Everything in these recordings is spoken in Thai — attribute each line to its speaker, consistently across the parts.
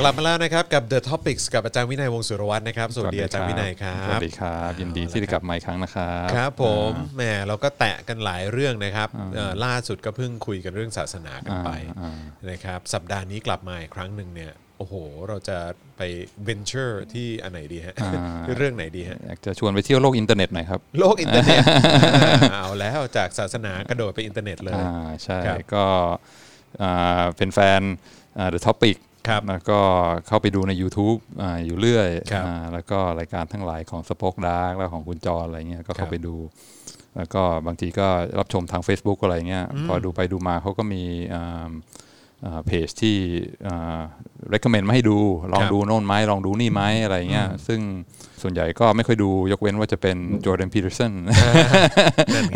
Speaker 1: กลับมาแล้วนะครับกับ The Topics กับอาจารย์วินัยวงศ์สุรวัตรนะครับสวัสดีอาจารย์วินัยครับ
Speaker 2: สวัสดีครับ ยินดีที่ได้กลับมาอีกครั้งนะครับ
Speaker 1: ครับผมแหมเราก็แตะกันหลายเรื่องนะครับเอ่อล่าสุดก็เพิ่งคุยกันเรื่องศาสนากันไปนะครับสัปดาห์นี้กลับมาอีกครั้งหนึ่งเนี่ยโอ้โห เราจะไป venture ที่อันไหนดีฮะ เรื่องไหนดีฮะ
Speaker 2: อยากจะชวนไปเที่ยวโลกอินเทอร์เน็ตหน่อยครับ
Speaker 1: โลกอินเทอร์เน็ตอ่าเอาแล้วจากศาสนากระโดดไปอินเทอร์เน็ตเลย
Speaker 2: อ่าใช่
Speaker 1: ครับ
Speaker 2: ก็อ่าเป็นแฟนอ่า The Topic
Speaker 1: ครับ
Speaker 2: แล้วก็เข้าไปดูใน YouTube อ่าอยู่เรื่อย
Speaker 1: ครับ
Speaker 2: อ่าแล้วก็รายการทั้งหลายของสป็อกดาร์กแล้วของคุณจออะไรเงี้ยก็
Speaker 1: ค
Speaker 2: เข้า
Speaker 1: รับ
Speaker 2: ไปดู แล้วก็บางทีก็รับชมทาง Facebook อะไรเงี้ยพอดูไปดูมาเขาก็มีอ่าอ่าเพจที่อ่า recommend มาให้ดู ลอง
Speaker 1: ครับ
Speaker 2: ดูโน่นไหมลองดูนี่ไหมอะไรเงี้ยซึ่งส่วนใหญ่ก็ไม่ค่อยดูยกเว้นว่าจะเป็นจอร์แดนพีเ e อร์สัน
Speaker 1: นั่นไง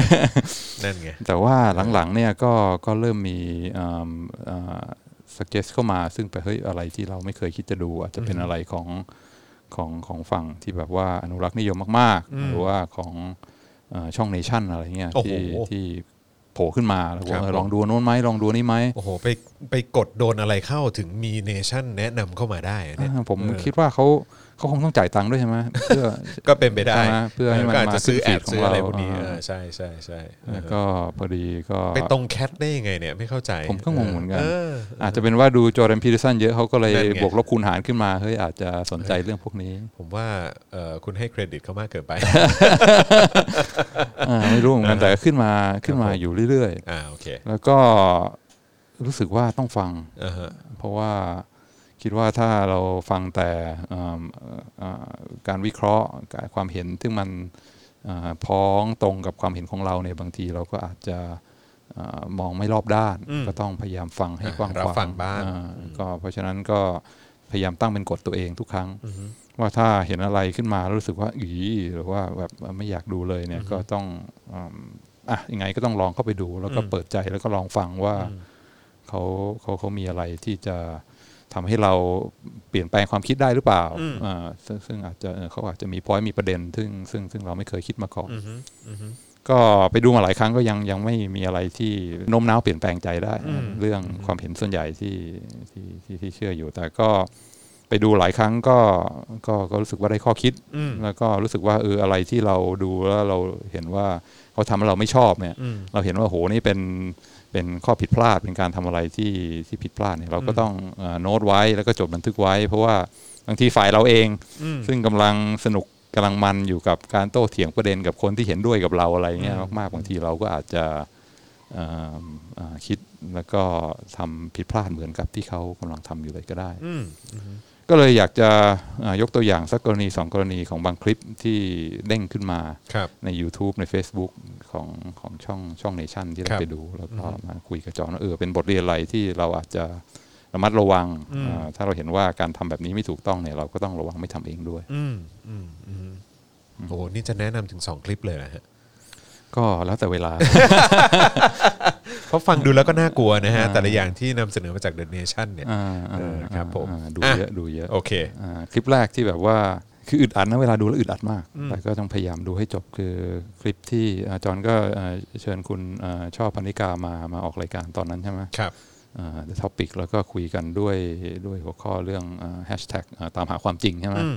Speaker 1: นั่นไง
Speaker 2: แต่ว่าหลังๆเนี่ยก็ก็เริ่มมีอ่าอ่า suggest เข้ามาซึ่งไปเฮ้ยอะไรที่เราไม่เคยคิดจะดู อาจจะเป็นอะไรของของของฝั่งที่แบบว่าอนุรักษ์นิยมมากๆ หรือว่าของเอ่อช่องเนชั่นอะไรเงี้ย
Speaker 1: โอ้โห
Speaker 2: ที่ที่โผล่ขึ้นมาแล้ว
Speaker 1: ครับ
Speaker 2: ว่าเออ
Speaker 1: ผม
Speaker 2: ลองดูโน้นไหมลองดูนี่ไหม
Speaker 1: โอ้โหไปไปกดโดนอะไรเข้าถึงมีเนชั่นแนะนำเข้ามาได้อะเนี่ย
Speaker 2: อ่าผม
Speaker 1: เออ
Speaker 2: คิดว่าเขาเขาคงต้องจ่ายตังค์ด้วยใช่ไหมเพื่อ
Speaker 1: ก็ เป็นไปได้
Speaker 2: ใช่ไหมเพื่อให้มัน
Speaker 1: ก็าจจะ
Speaker 2: มาขึ้น
Speaker 1: ซื้อแอด
Speaker 2: feed ของ
Speaker 1: ซื้ออะไร
Speaker 2: เรา
Speaker 1: พวกนี้
Speaker 2: อ่า
Speaker 1: เออใช่ใช่ใช่เออ
Speaker 2: แล้วก็พอดีก็
Speaker 1: ไปตรงแคทได้ยังไงเนี่ยไม่เข้าใจ
Speaker 2: ผมก็งงเหมือนกัน
Speaker 1: อ
Speaker 2: อาจจะเป็นว่าดูจอร์แดนพีเร์สันเยอะเขาก็เลย
Speaker 1: นั่นไง
Speaker 2: บวกลบคูณหารขึ้นมาเฮ้ยอาจจะสนใจเรื่องพวกนี้
Speaker 1: ผมว่าเอ่อคุณให้เครดิตเขามากเกินไป
Speaker 2: อ่าไม่รู้เหมือนกันแต่ก็ขึ้นมาขึ้นมา
Speaker 1: ผม
Speaker 2: อยู่เรื่อย
Speaker 1: อ่าโอเค
Speaker 2: ๆ แล้วก็รู้สึกว่าต้องฟัง
Speaker 1: อ่าฮะ
Speaker 2: เพราะว่าคิดว่าถ้าเราฟังแต่อ่าอ่าการวิเคราะห์การความเห็นซึ่งมันอ่าพ้องตรงกับความเห็นของเราในยบางทีเราก็อาจจะอ่ามองไม่รอบด้าน ก็ต้องพยายามฟังให้กว้าง
Speaker 1: เรา
Speaker 2: ขวาง
Speaker 1: ฟังบ้าง
Speaker 2: อ่าก็เพราะฉะนั้นก็พยายามตั้งเป็นกฎตัวเองทุกครั้ง ว่าถ้าเห็นอะไรขึ้นมารู้สึกว่าอีหรือว่าแบบไม่อยากดูเลยเนี่ยก็ต้องอืมอ่ะยังไงก็ต้องลองเข้าไปดู แล้วก็เปิดใจแล้วก็ลองฟังว่า เขาเขาเขามีอะไรที่จะทำให้เราเปลี่ยนแปลงความคิดได้หรือเปล่าอ่าซึ่งซึ่งอาจจะเออเขาอาจจะมีพอยมีประเด็น ซึ่งซึ่งซึ่งเราไม่เคยคิดมาก่อน ก็ไปดูมาหลายครั้งก็ยังยังไม่มีอะไรที่โน้มน้าวเปลี่ยนแปลงใจได้ เรื่องความเห็นส่วนใหญ่ที่ที่ที่ที่เชื่ออยู่ แต่ก็ไปดูหลายครั้งก็ก็ก็รู้สึกว่าได้ข้อคิด
Speaker 1: อืม
Speaker 2: แล้วก็รู้สึกว่าเอออะไรที่เราดูแล้วเราเห็นว่าเขาทำแล้วเราไม่ชอบเนี่ย
Speaker 1: อืม
Speaker 2: เราเห็นว่าโหนี่เป็นเป็นข้อผิดพลาดเป็นการทำอะไรที่ที่ผิดพลาดเนี่ยเราก็ต้องเอ่อโน้ตไว้แล้วก็จดบันทึกไว้ เพราะว่าบางทีฝ่ายเราเอง
Speaker 1: อืม
Speaker 2: ซึ่งกำลังสนุกกำลังมันอยู่กับการโต้เถียงประเด็นกับคนที่เห็นด้วยกับเราอะไรเงี้ยมากๆบางทีเราก็อาจจะเอิ่มเอ่อคิดแล้วก็ทำผิดพลาดเหมือนกับที่เขากำลังทำอยู่เลยก็ได้
Speaker 1: อืม
Speaker 2: ก็เลยอยากจะเอ่อยกตัวอย่างสักกรณีสองกรณีของบางคลิปที่เด้งขึ้นมา
Speaker 1: ครับ
Speaker 2: ใน YouTube ใน Facebook ของของช่องช่องเนชั่นที่
Speaker 1: ค
Speaker 2: เรา
Speaker 1: รับ
Speaker 2: ไปดู แล้วก็มาคุยกับจอห์นว่าเออเป็นบทเรียนอะไรที่เราอาจจะระมัดระวัง
Speaker 1: อืม
Speaker 2: อ่าถ้าเราเห็นว่าการทำแบบนี้ไม่ถูกต้องเนี่ยเราก็ต้องระวังไม่ทำเองด้วย
Speaker 1: อืมอืมอืมโอ้โหนี่จะแนะนำถึงสองคลิปเลยนะฮะ
Speaker 2: ก็แล้วแต่เวลา
Speaker 1: เพราะฟังดูแล้วก็น่ากลัวนะฮะ แต่ละอย่างที่นำเสนอมาจาก The Nation เนี่ย
Speaker 2: อ่าอ่า
Speaker 1: เออครับผม
Speaker 2: อ่าดู
Speaker 1: อ่ะ
Speaker 2: เยอะดูเยอะ
Speaker 1: โอเค
Speaker 2: อ่าคลิปแรกที่แบบว่าคืออึดอัดนะเวลาดูแล้วอึดอัดมาก แต่ก็ต้องพยายามดูให้จบคือคลิปที่อ่าจอห์นก็เอ่อเชิญคุณเอ่อชอบพันิกามามาออกรายการตอนนั้นใช่ไหม
Speaker 1: ครับ
Speaker 2: เดอะท็อปิกแล้วก็คุยกันด้วยด้วยหัวข้อเรื่องแฮชแท็กตามหาความจริงใช่ไหม
Speaker 1: อืม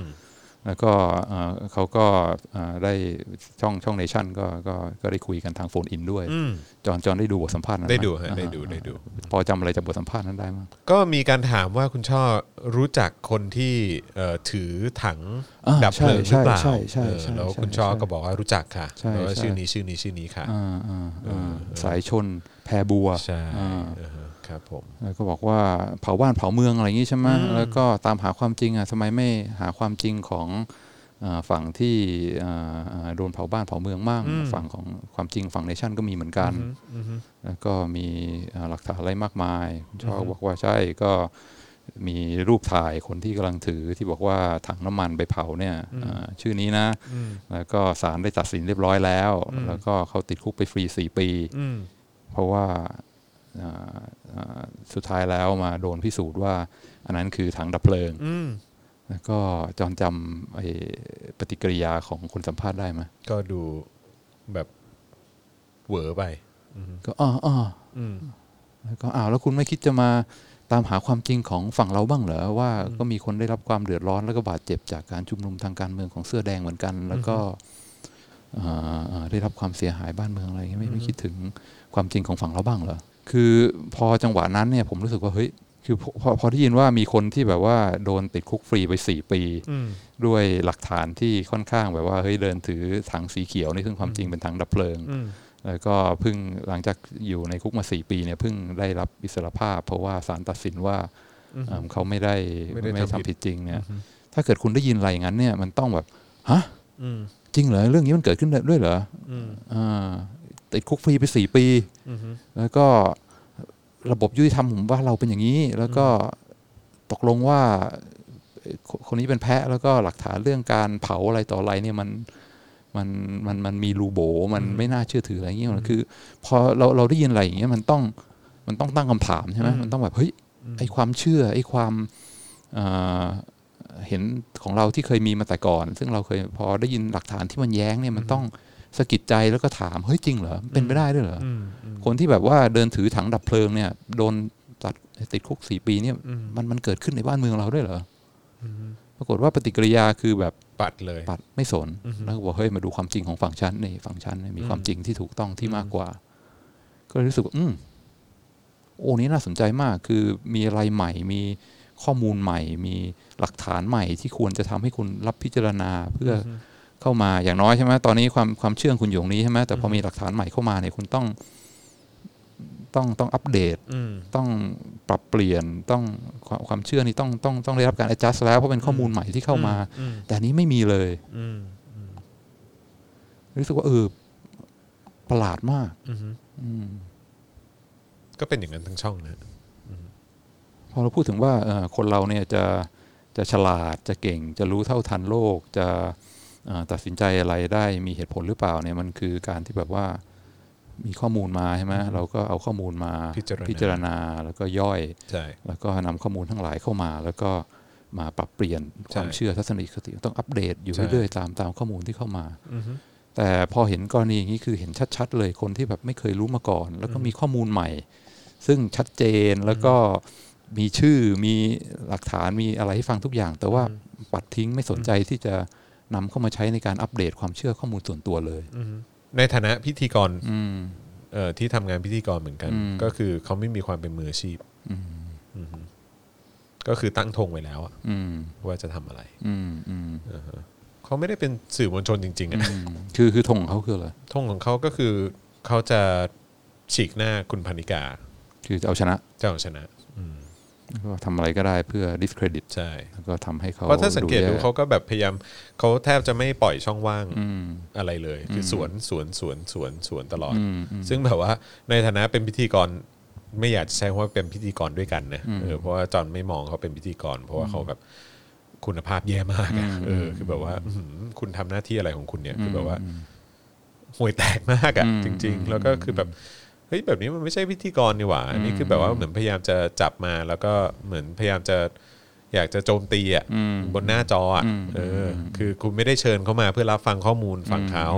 Speaker 2: แล้วก็เอ่อเขาก็เอ่อได้ช่องช่องเนชั่นก็ก็ก็ได้คุยกันทางโฟนอินด้วย
Speaker 1: อืม
Speaker 2: จอนจอนได้ดูบทสัมภาษณ์นั้นหม
Speaker 1: ได้ดูฮะ
Speaker 2: อ่า
Speaker 1: ได้ดูได้ดู
Speaker 2: พอจำอะไรจากบทสัมภาษณ์นั้นได้มั้ง
Speaker 1: ก็มีการถามว่าคุณช่อรู้จักคนที่เอ่อถือถัง
Speaker 2: อ่า
Speaker 1: ดับเพลิงหรื
Speaker 2: ใช่
Speaker 1: อเปล่า
Speaker 2: ใช่ใช่
Speaker 1: เออ
Speaker 2: ใช่
Speaker 1: แล้ว
Speaker 2: ใช่
Speaker 1: คุณช่อ
Speaker 2: ใช่
Speaker 1: ก็บอกว่ารู้จักค่ะ
Speaker 2: ใช่
Speaker 1: แล้วว่า
Speaker 2: ใช่
Speaker 1: ชื่อนี้ชื่อนี้ชื่อนี้ค่ะ
Speaker 2: อ่าอ่าอ่าสายชนแพรบัว
Speaker 1: ใช่
Speaker 2: อ่า
Speaker 1: เออครับผม
Speaker 2: แล้วก็บอกว่าเผาบ้านเผาเมืองอะไรอย่างนี้ใช่ไหมแล้วก็ตามหาความจริงอ่ะทำไมไม่หาความจริงของเอ่อฝั่งที่เอ่อเอ่อโดนเผาบ้านเผาเมืองมั่งฝั่งของความจริงฝั่งเนชั่นก็มีเหมือนกัน แล้วก็มีเอ่อหลักฐานอะไรมากมายคุณชอบบอกว่าใช่ก็มีรูปถ่ายคนที่กำลังถือที่บอกว่าถังน้ำมันไปเผาเนี่ยเอ่อชื่อนี้นะ แล้วก็ศาลได้ตัดสินเรียบร้อยแล้ว แล้วก็เขาติดคุกไปฟรีสี่ปี
Speaker 1: อืม
Speaker 2: เพราะว่าอ่าอ่าสุดท้ายแล้วมาโดนพิสูจน์ว่า อันนั้นคือถังดับเพลิง
Speaker 1: อืม
Speaker 2: แล้วก็จอนจำไอ้ปฏิกิริยาของคนสัมภาษณ์ได้ไหม
Speaker 1: ก็ดูแบบเหวอไป
Speaker 2: ก็อ้ออ้อ
Speaker 1: อืม
Speaker 2: แล้วก็อ้าวแล้วคุณไม่คิดจะมา ตามหาความจริงของฝั่งเราบ้างเหรอว่าก็มีคนได้รับความเดือดร้อนแล้วก็บาดเจ็บจากการชุมนุมทางการเมืองของเสื้อแดงเหมือนกัน แล้วก็เอ่อเอ่อได้รับความเสียหายบ้านเมืองอะไรอย่างเงี้ยไม่ไม่คิดถึงความจริงของฝั่งเราบ้างเหรอคือพอจังหวะนั้นเนี่ยผมรู้สึกว่าเฮ้ยคือพอพอพอได้ยินว่ามีคนที่แบบว่าโดนติดคุกฟรีไปสี่ปี
Speaker 1: อืม
Speaker 2: ด้วยหลักฐานที่ค่อนข้างแบบว่าเฮ้ยเดินถือถังสีเขียวนี่ซึ่งความจริงเป็นถังดับเพลิง
Speaker 1: อืม
Speaker 2: แล้วก็เพิ่งหลังจากอยู่ในคุกมาสี่ปีเนี่ยเพิ่งได้รับอิสรภาพ เพราะว่าศาลตัดสินว่าเอิ่มเขาไม่ได้
Speaker 1: ไม่
Speaker 2: ไม่
Speaker 1: ได้
Speaker 2: ได้
Speaker 1: ทำ
Speaker 2: ทำ
Speaker 1: ผิ
Speaker 2: ผิ
Speaker 1: ด
Speaker 2: ดจริงเนี่ยถ้าเกิดคุณได้ยินอะไรอย่างนั้นเนี่ยมันต้องแบบฮะ
Speaker 1: อืม
Speaker 2: จริงเหรอเรื่องนี้มันเกิดขึ้นด้วยเหรอ
Speaker 1: อืม
Speaker 2: อ่าติดคุกฟรีไปสี่ปี
Speaker 1: อืม
Speaker 2: แล้วก็ระบบยุติธรรมผมว่าเราเป็นอย่างนี้ แล้วก็ตกลงว่าเอ่อคคนนี้เป็นแพะแล้วก็หลักฐานเรื่องการเผาอะไรต่ออะไรเนี่ยมันมันมันมันมีรูโบ มันไม่น่าเชื่อถืออะไรอย่างเงี้ยมันคือพอเราเราได้ยินอะไรอย่างเงี้ยมันต้องมันต้องตั้งคำถามใช่ไหม
Speaker 1: อืม
Speaker 2: มันต้องแบบเฮ้ยไอความเชื่อไอความเอ่อเห็นของเราที่เคยมีมาแต่ก่อน ซึ่งเราเคยพอได้ยินหลักฐานที่มันแย้งเนี่ยมันต้องสะกิดใจแล้วก็ถามเฮ้ยจริงเหรอเป็นไปได้ด้วยเหรอ
Speaker 1: อืมอืม
Speaker 2: คนที่แบบว่าเดินถือถังดับเพลิงเนี่ย โดนตัดติดคุกสี่ปีเนี่ย
Speaker 1: อืม
Speaker 2: มันมันเกิดขึ้นในบ้านเมืองเราด้วยเหรอ
Speaker 1: อืม
Speaker 2: ปรากฏว่าปฏิกิริยาคือแบบ
Speaker 1: ปัดเลย
Speaker 2: ปัดไม่สน
Speaker 1: อือฮึ
Speaker 2: แล้วก็บอกเฮ้ยมาดูความจริงของฝั่งฉันนี่ฝั่งฉันเนี่ยมี
Speaker 1: อืม
Speaker 2: ความจริงที่ถูกต้องที่มากกว่า ก็เลยรู้สึกว่าอืมโอ้นี่น่าสนใจมาก คือมีอะไรใหม่ มีข้อมูลใหม่ มีหลักฐานใหม่ที่ควรจะทำให้คุณรับพิจารณาเพื่ออเข้ามาอย่างน้อยใช่ไหมตอนนี้ความความเชื่อของคุณอยู่ตรงนี้ใช่ไหมแต่พอมีหลักฐานใหม่เข้ามาเนี่ยคุณต้อง ต้องต้องอัปเดต
Speaker 1: อืม
Speaker 2: ต้องปรับเปลี่ยนต้องความความเชื่อนี่ต้องต้องต้องได้รับการ adjust แล้วเพราะเป็นข้อมูลใหม่ที่เข้ามา
Speaker 1: อืม
Speaker 2: แต่อันนี้ไม่มีเลย
Speaker 1: อืม
Speaker 2: รู้สึกว่าเออประหลาดมาก
Speaker 1: อืม
Speaker 2: อืม
Speaker 1: ก็เป็นอย่างนั้นทั้งช่องนะ
Speaker 2: พอเราพูดถึงว่าเอ่อคนเราเนี่ยจะจะฉลาดจะเก่ง จะรู้เท่าทันโลก จะเอ่อตัดสินใจอะไรได้มีเหตุผลหรือเปล่าเนี่ยมันคือการที่แบบว่ามีข้อมูลมาใช่ไหมเราก็เอาข้อมูลมา
Speaker 1: พิจารณา
Speaker 2: พิจารณาแล้วก็ย่อย
Speaker 1: ใช่
Speaker 2: แล้วก็นำข้อมูลทั้งหลายเข้ามา แล้วก็มาปรับเปลี่ยนความ
Speaker 1: ใช่
Speaker 2: เชื่อทัศนคติต้องอัปเดตอยู่
Speaker 1: ใช่
Speaker 2: เรื่อยๆตามตามข้อมูลที่เข้ามา
Speaker 1: อืม
Speaker 2: แต่พอเห็นกรณีอย่างนี้คือเห็นชัดๆ เลยคนที่แบบไม่เคยรู้มาก่อน แล้วก็มีข้อมูลใหม่ ซึ่งชัดเจนแล้วก็มีชื่อมีหลักฐานมีอะไรให้ฟังทุกอย่าง แต่ว่าปัดทิ้งไม่สนใจที่จะนำเข้ามาใช้ในการอัปเดตความเชื่อข้อมูลส่วนตัวเลย
Speaker 1: อืมในฐานะพิธีกร
Speaker 2: อืม
Speaker 1: เอ่อที่ทำงานพิธีกรเหมือนกัน
Speaker 2: อืม
Speaker 1: ก็คือเขาไม่มีความเป็นมืออาชีพ
Speaker 2: อืม
Speaker 1: อืมก็คือตั้งธงไว้แล้วอะ
Speaker 2: อืม
Speaker 1: ว่าจะทำอะไร
Speaker 2: อืมอืม
Speaker 1: อ่าฮะเขาไม่ได้เป็นสื่อมวลชนจริงๆอะ
Speaker 2: อืมคือคือธงของเขาคืออะไร
Speaker 1: ธงของเขาก็คือเขาจะฉีกหน้าคุณพนิกา
Speaker 2: คือจะเอาชนะ
Speaker 1: เจ้าของชนะ อืม
Speaker 2: ก็ทำอะไรก็ได้เพื่อ discredit
Speaker 1: ใช่
Speaker 2: แล้วก็ทำให้เขา
Speaker 1: เพราะถ้าสังเกตดู
Speaker 2: แย่
Speaker 1: เขาก็แบบพยายามเขาแทบจะไม่ปล่อยช่องว่าง
Speaker 2: อืม
Speaker 1: อะไรเลย คือสวนสวนสวนสวนสวนตลอด
Speaker 2: อืมอืม
Speaker 1: ซึ่งแบบว่าในฐานะเป็นพิธีกรไม่อยากจะใช้คำว่าเป็นพิธีกรด้วยกันนะเออเพราะว่าจอห์นไม่มองเขาเป็นพิธีกร เพราะว่าเขาแบบคุณภาพแย่มากอะเออ คือแบบว่าอื้อหือคุณทำหน้าที่อะไรของคุณเนี่ย คือแบบว่าห่วยแตกมากอะ
Speaker 2: อืม
Speaker 1: จริง ๆ แล้วก็คือแบบเฮ้ยแบบนี้มันไม่ใช่พิธีกรนี่หว่าอันนี้คือแบบว่าเหมือนพยายามจะจับมาแล้วก็เหมือนพยายามจะอยากจะโจมตีอ่ะ
Speaker 2: อืม
Speaker 1: บนหน้าจออ่ะ
Speaker 2: อืม
Speaker 1: เออ คือคุณไม่ได้เชิญเขามาเพื่อรับฟังข้อมูลฝั่งเขา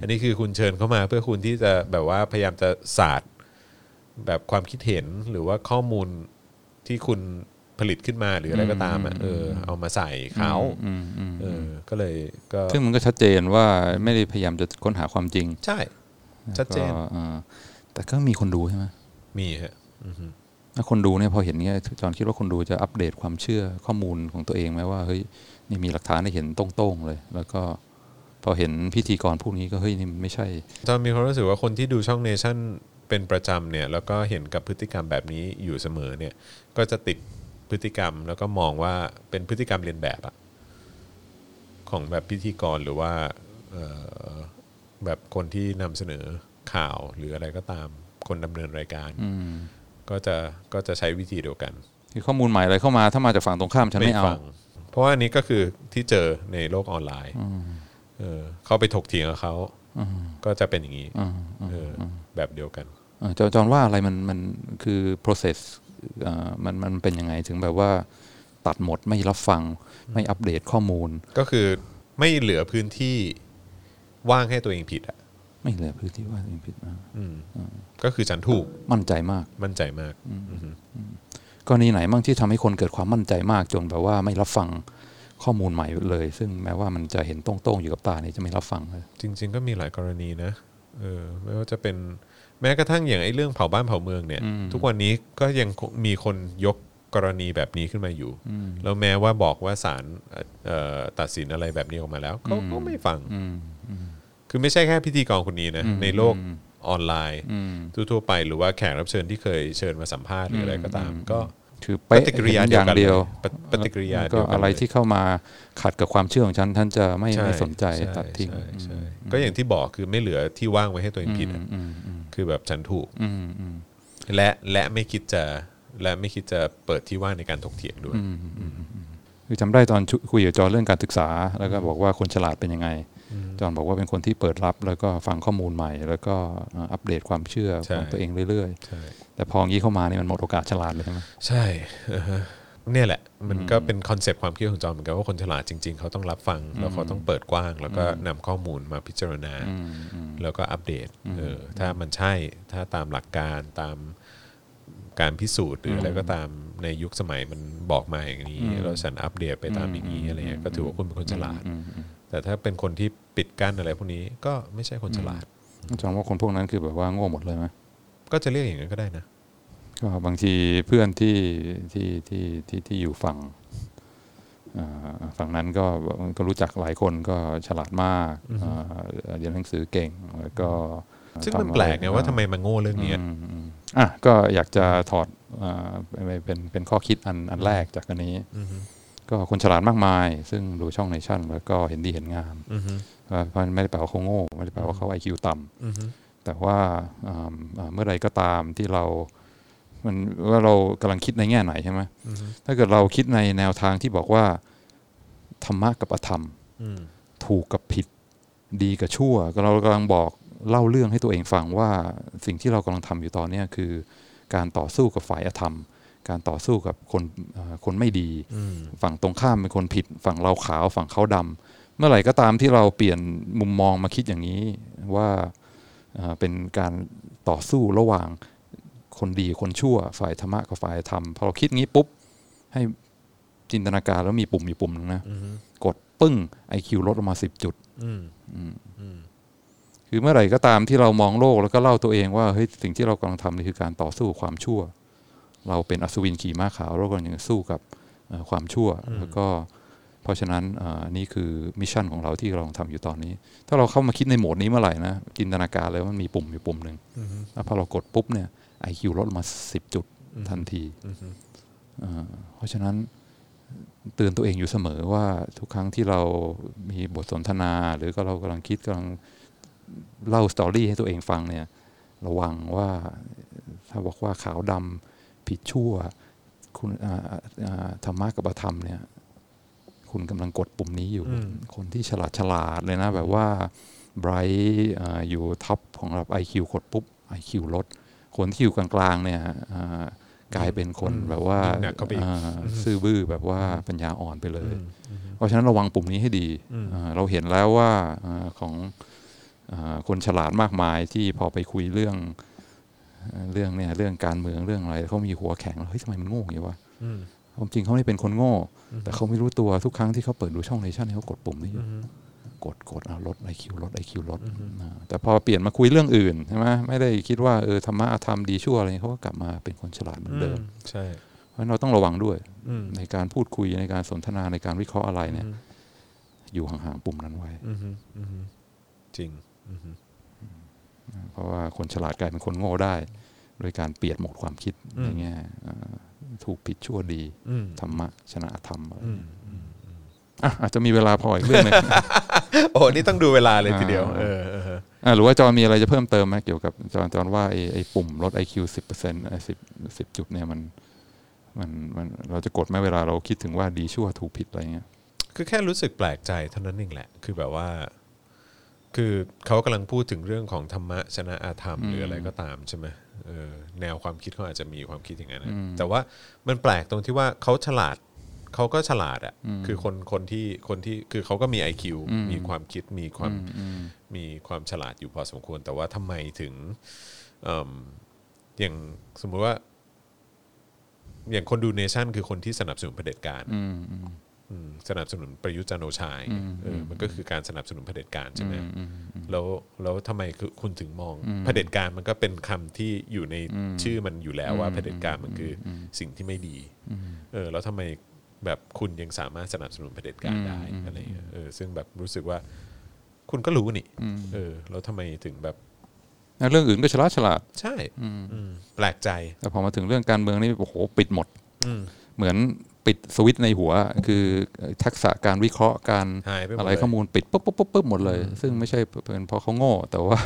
Speaker 1: อันนี้คือคุณเชิญเข้ามาเพื่อคุณที่จะแบบว่าพยายามจะศาสตร์แบบความคิดเห็นหรือว่าข้อมูลที่คุณผลิตขึ้นมาหรืออะไรก็ตามอ่ะเออเอามาใส่เขา
Speaker 2: อืมอืม
Speaker 1: เออก็เลยก็
Speaker 2: ซึ่งมันก็ชัดเจนว่าไม่ได้พยายามจะค้นหาความจริง
Speaker 1: ใช่ ชัดเจน
Speaker 2: ก็อ่าแต่ก็มีคนดูใช่ไหม
Speaker 1: มีฮะอือฮึ
Speaker 2: แล้วคนดูเนี่ยพอเห็นเนี้ยจอนคิดว่าคนดูจะอัปเดตความเชื่อข้อมูลของตัวเองไหมว่าเฮ้ยนี่มีหลักฐานให้เห็นตรงๆเลย แล้วก็พอเห็นพิธีกรพวกนี้ก็เฮ้ยนี่มันไม่ใช่
Speaker 1: ตอนมีความรู้สึกว่าคนที่ดูช่องเนชั่นเป็นประจำเนี่ย แล้วก็เห็นกับพฤติกรรมแบบนี้อยู่เสมอเนี่ย ก็จะติดพฤติกรรมแล้วก็มองว่าเป็นพฤติกรรมเรียนแบบอะของแบบพิธีกรหรือว่าเอ่อแบบคนที่นำเสนอข่าวหรืออะไรก็ตามคนดำเนินรายการ
Speaker 2: อืม
Speaker 1: ก็จะก็จะใช้วิธีเดียวกัน
Speaker 2: คือข้อมูลใหม่อะไรเข้ามาถ้ามาจากฝั่งตรงข้ามฉันไม่เอา
Speaker 1: ฟังเพราะว่าอันนี้ก็คือที่เจอในโลกออนไลน์เออเขาไปถกเถียงกับเขาก็จะเป็นอย่างนี้เอออแบบเดียวกัน
Speaker 2: เอ่อจอจอนว่าอะไรมันมันคือ process เอ่อมันมันเป็นยังไงถึงแบบว่าตัดหมดไม่รับฟังไม่อัปเดตข้อมูล
Speaker 1: ก็คือไม่เหลือพื้นที่ว่างให้ตัวเองผิดอ่ะ
Speaker 2: ไม่เหลือพื้นที่ว่าตัวเองผิดมาก
Speaker 1: อืมก็คือฉันถูก
Speaker 2: มั่นใจมาก
Speaker 1: มั่นใจมากอือฮึ
Speaker 2: กรณีไหนบ้างที่ทำให้คนเกิดความมั่นใจมากจนแบบว่าไม่รับฟังข้อมูลใหม่เลย ซึ่งแม้ว่ามันจะเห็นโต้งๆอยู่กับตาเนี่ยจะไม่รับฟังเลย
Speaker 1: จริง ๆ ก็มีหลายกรณีนะเออไม่ว่าจะเป็นแม้กระทั่งอย่างไอ้เรื่องเผาบ้านเผาเมืองเนี่ย ทุกวันนี้ก็ยังคงมีคนยกกรณีแบบนี้ขึ้นมาอยู่ แล้วแม้ว่าบอกว่าศาลเอ่อตัดสินอะไรแบบนี้ออกมาแล้วเขาก็ไม่ฟัง
Speaker 2: อืม
Speaker 1: คือไม่ใช่แค่พิธีกรคนนี้นะ
Speaker 2: อืม
Speaker 1: ในโลกออนไลน์
Speaker 2: อืม
Speaker 1: ทั่วๆไปหรือว่าแขกรับเชิญที่เคยเชิญมาสัมภาษณ์หรืออะไรก็ตาม ก็
Speaker 2: คือ
Speaker 1: ป
Speaker 2: เป๊ะ
Speaker 1: ฏิกิริยา
Speaker 2: เห็น
Speaker 1: เดียว
Speaker 2: อย่าง
Speaker 1: กัน
Speaker 2: เดียว
Speaker 1: ปฏิปฏิกิริยา
Speaker 2: ก็
Speaker 1: เดียวกัน
Speaker 2: อะไร
Speaker 1: เลย
Speaker 2: ที่เข้ามาขัดกับความเชื่อของฉันท่านจะไม่ไม่สนใจ
Speaker 1: ช่
Speaker 2: ตัดทิ้ง
Speaker 1: ใช่ใช่ก็อย่างที่บอกคือไม่เหลือที่ว่างไว้ให้ตัวเองผิดอะ
Speaker 2: อืมอืม
Speaker 1: คือแบบฉันถูก
Speaker 2: อืมอืม
Speaker 1: และและไม่คิดจะและไม่คิดจะเปิดที่ว่างในการถกเถียงด้วย
Speaker 2: อืมอืมอืมคือจำได้ตอนชุคุยกับจอเรื่องการศึกษา แล้วก็บอกว่าคนฉลาดเป็นยังไง จอนบอกว่าเป็นคนที่เปิดรับ แล้วก็ฟังข้อมูลใหม่ แล้วก็เอ่ออัปเดตความเชื่อ
Speaker 1: ใช่
Speaker 2: ของตัวเองเรื่อย
Speaker 1: ใช่
Speaker 2: ๆ แต่พออย่างนี้เข้ามาเนี่ยมันหมดโอกาสฉลาดเลยใช่ไหม
Speaker 1: ใช่อ่าฮะเนี่ยแหละ มันก็เป็นคอนเซปต์ความคิดของจอมเหมือนกันว่าคนฉลาดจริง ๆ เขาต้องรับฟัง แล้วเขาต้องเปิดกว้าง แล้วก็นำข้อมูลมาพิจารณา
Speaker 2: อืมอืม
Speaker 1: แล้วก็อัปเดตเออถ้ามันใช่ถ้าตามหลักการตามการพิสูจน์หรืออะไรก็ตามในยุคสมัยมันบอกมาอย่างนี้เราฉันอัปเดตไปตามอย่างนี้อะไรเงี้ยก็ถือว่าคุณเป็นคนฉลาด แต่ถ้าเป็นคนที่ปิดกั้นอะไรพวกนี้ก็ไม่ใช่คนฉลาด
Speaker 2: จอนว่าคนพวกนั้นคือแบบว่าโง่หมดเลยไหม
Speaker 1: ก็จะเรียกอย่างนั้นก็ได้นะ
Speaker 2: ก็บางทีเพื่อนที่ที่ที่ที่ที่อยู่ฝั่งอ่าฝั่งนั้นก็ก็รู้จักหลายคนก็ฉลาดมากอ่าเรียนหนังสือเก่งแล้วก็
Speaker 1: ซึ่ง
Speaker 2: ทำ
Speaker 1: มันแปลกไง
Speaker 2: อะร
Speaker 1: ว่าทำไมมาโง่เรื่องเนี้ย
Speaker 2: อืมอืมอ่ะก็อยากจะถอดอ่าเป็นเป็นเป็นข้อคิดอันอันแรกจากอันนี้
Speaker 1: อือฮึ
Speaker 2: ก็คนฉลาดมากมาย ซึ่งดูช่องในชั่น แล้วก็เห็นดีเห็นงาม
Speaker 1: อือฮึ
Speaker 2: เอ่อเพราะฉะนั้นไม่ได้แปลว่าเขาโง่ไม่ได้แปลว่าเขาไอคิวต่ำ
Speaker 1: อือฮึ
Speaker 2: แต่ว่าอ่าอ่าเมื่อไรก็ตามที่เรา มันว่าเรากำลังคิดในแง่ไหนใช่ไหม
Speaker 1: อือฮึ
Speaker 2: ถ้าเกิดเราคิดในแนวทางที่บอกว่าธรรมะกับอธรรม
Speaker 1: อืม
Speaker 2: ถูกกับผิด ดีกับชั่วก็เรากำลังบอกเล่าเรื่องให้ตัวเองฟังว่าสิ่งที่เรากำลังทำอยู่ตอนเนี้ยคือ การต่อสู้กับฝ่ายอธรรม การต่อสู้กับคนเอ่อคนไม่ดี
Speaker 1: อืม
Speaker 2: ฝั่งตรงข้ามเป็นคนผิด ฝั่งเราขาวฝั่งเขาดำเมื่อไหร่ก็ตามที่เราเปลี่ยนมุมมองมาคิดอย่างนี้ว่าเอ่อเป็นการต่อสู้ระหว่างคนดีคนชั่ว ฝ่ายธรรมะกับฝ่ายธรรมพอเราคิดงี้ปุ๊บให้จินตนาการแล้วมีปุ่มอยู่ปุ่มหนึงนะ
Speaker 1: อือฮึ
Speaker 2: กดปึ้ง IQ ลดลงมา 10 จุด
Speaker 1: อืม
Speaker 2: อืม
Speaker 1: อืม
Speaker 2: คือเมื่อไหร่ก็ตามที่เรามองโลกแล้วก็เล่าตัวเองว่าเฮ้ยสิ่งที่เรากำลังทำนี่คือการต่อสู้กับความชั่ว เราเป็นอัศวินขี่ม้าขาวเรากำลังสู้กับเอ่อความชั่ว แล้วก็เพราะฉะนั้นเอ่อนี่คือมิชชั่นของเราที่เรากำลังทำอยู่ตอนนี้ ถ้าเราเข้ามาคิดในโหมดนี้เมื่อไหร่นะจินตนาการเลยว่ามันมีปุ่มอยู่ปุ่มหนึ่ง
Speaker 1: อือฮึ
Speaker 2: แล้วพอเรากดปุ๊บเนี่ย IQ ลดลงมา 10 จุดทันที
Speaker 1: อือฮึ
Speaker 2: เอ่อเพราะฉะนั้นเตือนตัวเองอยู่เสมอว่าทุกครั้งที่เรามีบทสนทนา หรือก็เรากำลังคิดกำลัง เล่าสตอรี่ให้ตัวเองฟังเนี่ยระวังว่าถ้าบอกว่าขาวดำผิดชั่ว คุณอ่าอ่าธรรมะกับอธรรมเนี่ย คุณกำลังกดปุ่มนี้อยู่
Speaker 1: อืม
Speaker 2: คนที่ฉลาดฉลาดเลยนะ แบบว่าไบรท์อยู่ท็อปของระดับ IQ กดปุ๊บ IQ ลด คนที่อยู่กลางๆเนี่ยอ่ากลายเป็นคนแบบว่า
Speaker 1: หนักเข้าไปอีก
Speaker 2: อ่าซื่อบื้อแบบว่าปัญญาอ่อนไปเลย
Speaker 1: อืมอืม
Speaker 2: เพราะฉะนั้นระวังปุ่มนี้ให้ดี
Speaker 1: อืม
Speaker 2: เอ่อเราเห็นแล้วว่าเอ่อของเอ่อคนฉลาดมากมายที่พอไปคุยเรื่องเอ่อเรื่องเนี่ยเรื่องการเมืองเรื่องอะไรเขามีหัวแข็งแล้วเฮ้ยทำไมมันโง่อย่างนี้วะ
Speaker 1: อืม
Speaker 2: ความจริงเขาไม่ได้เป็นคนโง่ แต่เขาไม่รู้ตัวทุกครั้งที่เขาเปิดดูช่องเลชั่นเขากดปุ่มนี้อยู่
Speaker 1: อืม
Speaker 2: กดกดเอาลดไอคิวลดไอคิวลดอ่าแต่พอเปลี่ยนมาคุยเรื่องอื่นใช่ไหมไม่ได้คิดว่าเออธรรมะอธรรมดีชั่วอะไรเขาก็กลับมาเป็นคนฉลาดเหมือนเดิม
Speaker 1: ใช่
Speaker 2: เพราะฉะนั้นเราต้องระวังด้วย
Speaker 1: อืม
Speaker 2: ในการพูดคุยในการสนทนาในการวิเคราะห์อะไรเนี่ย
Speaker 1: อือฮึ
Speaker 2: อยู่ห่างๆปุ่มนั้นไว้
Speaker 1: อือฮึอือฮึจริงอือฮึ
Speaker 2: เพราะว่าคนฉลาดกลายเป็นคนโง่ได้ โดยการเปลี่ยนโหมดความคิด
Speaker 1: อืม
Speaker 2: ในแง่เอ่อถูกผิดชั่วดี
Speaker 1: อืม
Speaker 2: ธรรมะชนะธรรมอะไร
Speaker 1: อืม
Speaker 2: อ่ะอาจจะมีเวลาพออีกเรื่องหนึง
Speaker 1: โอ้นี่ต้องดูเวลาเลยทีเดียว
Speaker 2: อ่า
Speaker 1: เออเออเออ
Speaker 2: อ่ะหรือว่าจอมีอะไรจะเพิ่มเติมไหมเกี่ยวกับจอจอว่าไอ้ไอ้ปุ่มลด IQ 10%เปอร์เซ็นต์สิบสิบจุดเนี่ยมันมันมันเราจะกดไหมเวลาเราคิดถึงว่าดีชั่วถูกผิดอะไรเงี้ย
Speaker 1: คือแค่รู้สึกแปลกใจเท่านั้นเองแหละ คือแบบว่า คือเขากำลังพูดถึงเรื่องของธรรมะชนะอาธรรมหรืออะไรก็ตามใช่ไหมเออแนวความคิดเขาอาจจะมีความคิดอย่างนั้นนะแต่ว่ามันแปลกตรงที่ว่าเขาฉลาดเขาก็ฉลาดอ่ะคือคนคนที่คนที่คือเขาก็มี IQ มีความคิดมีความ
Speaker 2: อืม
Speaker 1: มีความฉลาดอยู่พอสมควร แต่ว่าทำไมถึงเอิ่มอย่างสมมุติว่า อย่างคนดูเนชั่นคือคนที่สนับสนุนเผด็จการ
Speaker 2: อืมอืม
Speaker 1: อืมสนับสนุนประยุทธ์จันทร์โอชาอยางเงี้ย
Speaker 2: อืม
Speaker 1: เออมันก็คือการสนับสนุนเผด็จการใช่ไหม
Speaker 2: อืมอืมอืม
Speaker 1: แล้วแล้วทำไมคือคุณถึงมอง
Speaker 2: อืม
Speaker 1: เผด็จการมันก็เป็นคำที่อยู่ใน
Speaker 2: อืม
Speaker 1: ชื่อมันอยู่แล้วว่า
Speaker 2: อืม
Speaker 1: เผด็จการมันคืออ
Speaker 2: ม
Speaker 1: สิ่งที่ไม่ดี
Speaker 2: อืม
Speaker 1: เออแล้วทำไมแบบคุณยังสามารถสนับสนุนเผด็จการได้
Speaker 2: อืม
Speaker 1: อะไรเงี้ยเออซึ่งแบบรู้สึกว่าคุณก็รู้นี่
Speaker 2: อืม
Speaker 1: เออแล้วทำไมถึงแบบ
Speaker 2: แล้วเรื่องอื่นก็ฉลาดฉลาด
Speaker 1: ใช่
Speaker 2: อืม
Speaker 1: อืมแปลกใจ
Speaker 2: แต่พอมาถึงเรื่องการเมืองนี่โอ้โหปิดหมด
Speaker 1: อืม
Speaker 2: เหมือนปิดสวิตช์ในหัว คือทักษะการวิเคราะห์การ
Speaker 1: หายไปหมด
Speaker 2: อะไร
Speaker 1: เลย
Speaker 2: ข้อมูลปิดปุ๊บปุ๊บปุ๊บปุ๊บหมดเลย ซึ่งไม่ใช่เป็นเพราะเขาโง่ แต่ว่า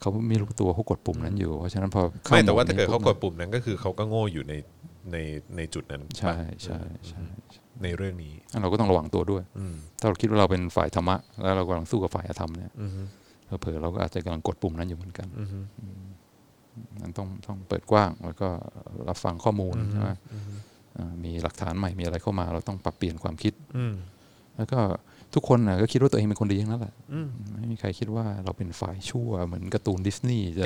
Speaker 2: เขาไม่รู้ตัวเขากดปุ่มนั้นอยู่ เพราะฉะนั้นพอข้
Speaker 1: ไม่แต่ว่า
Speaker 2: หม
Speaker 1: ถ้าเกิดเขากด
Speaker 2: นี่ย
Speaker 1: ปุ่มนั้นก็คือเขาก็โง่อยู่ในในในจุดนั้น
Speaker 2: ใช่
Speaker 1: ปะ
Speaker 2: ใช่ใช่ใช่
Speaker 1: ในเรื่องนี้
Speaker 2: เราก็ต้องระวังตัวด้วย
Speaker 1: อืม
Speaker 2: ถ้าเราคิดว่าเราเป็นฝ่ายธรรมะ แล้วเรากำลังสู้กับฝ่ายอธรรมเนี่ย
Speaker 1: อืม
Speaker 2: เผลอๆเราก็อาจจะกำลังกดปุ่มนั้นอยู่เหมือนกัน
Speaker 1: อืม
Speaker 2: นั้นต้องต้องเปิดกว้างแล้วก็รับฟังข้อมูลใช่ไหม
Speaker 1: อืม
Speaker 2: อ่ามีหลักฐานใหม่มีอะไรเข้ามา เราต้องปรับเปลี่ยนความคิด
Speaker 1: อืม
Speaker 2: แล้วก็ทุกคนน่ะก็คิดว่าตัวเองเป็นคนดีทั้งนั้นแหละ
Speaker 1: อืม
Speaker 2: ไม่มีใครคิดว่าเราเป็นฝ่ายชั่วเหมือนการ์ตูนดิสนีย์ จะ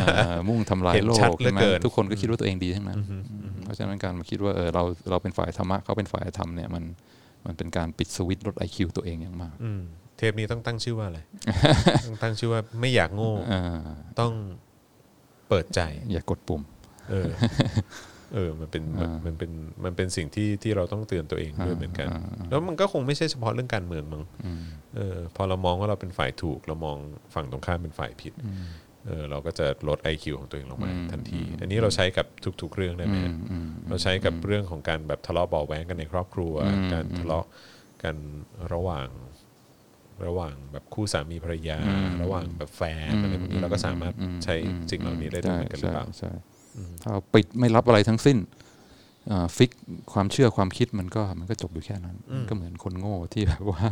Speaker 2: เอ่อมุ่งทำลาย
Speaker 1: เห็น
Speaker 2: โล
Speaker 1: ชัด
Speaker 2: ก
Speaker 1: เหลือ
Speaker 2: ใช่ไหม
Speaker 1: เกิน
Speaker 2: ทุกคนก็คิดว่าตัวเองดีทั้งนั้น
Speaker 1: อือฮึอือฮึ
Speaker 2: เพราะฉะนั้นการมาคิดว่าเออเราเราเป็นฝ่ายธรรมะเขาเป็นฝ่ายธรรมเนี่ยมันมันเป็นการปิดสวิตช์ลดไอคิวตัวเองอย่างมาก
Speaker 1: อืมเทปนี้ต้องตั้งชื่อว่าอะไร ต้องตั้งชื่อว่าไม่อยากโง่
Speaker 2: เออ
Speaker 1: ต้องเปิดใจ
Speaker 2: อย่ากดปุ่ม
Speaker 1: เออ เออ มันเป็นมันมันเป็น มันเป็นสิ่งที่ที่เราต้องเตือนตัวเองด้วยเหมือนกัน
Speaker 2: อ่าอ่า
Speaker 1: แล้วมันก็คงไม่ใช่เฉพาะเรื่องการเมืองมั้ง
Speaker 2: อืม
Speaker 1: เออ พอเรามองว่าเราเป็นฝ่ายถูก เรามองฝั่งตรงข้ามเป็นฝ่ายผิด
Speaker 2: อืม
Speaker 1: เออ เราก็จะลด IQ ของตัวเองลงมา
Speaker 2: อืม
Speaker 1: ทันที
Speaker 2: อืม
Speaker 1: อันนี้เราใช้กับทุก ๆ เรื่องได้ไหม
Speaker 2: อืม
Speaker 1: ฮะ
Speaker 2: อืม
Speaker 1: เราใช้กับเรื่องของการแบบทะเลาะเบาะแว้งกันในครอบครัว
Speaker 2: อืม
Speaker 1: การทะเลาะกันระหว่าง ระหว่างแบบคู่สามีภรรยา
Speaker 2: อืม
Speaker 1: ระหว่างแบบแฟนอะไรพวกนี้เราก็สามารถ
Speaker 2: อื
Speaker 1: ใช้
Speaker 2: อืม
Speaker 1: สิ่งเหล่านี้ได้ด้วยเหมือนกันหรือเปล่า
Speaker 2: ใช่ใช่
Speaker 1: อืม
Speaker 2: ถ้าเราปิดไม่รับอะไรทั้งสิ้นเอ่อฟิกความเชื่อความคิดมันก็มันก็จบอยู่แค่นั้น ก็เหมือนคนโง่ที่แบบว่า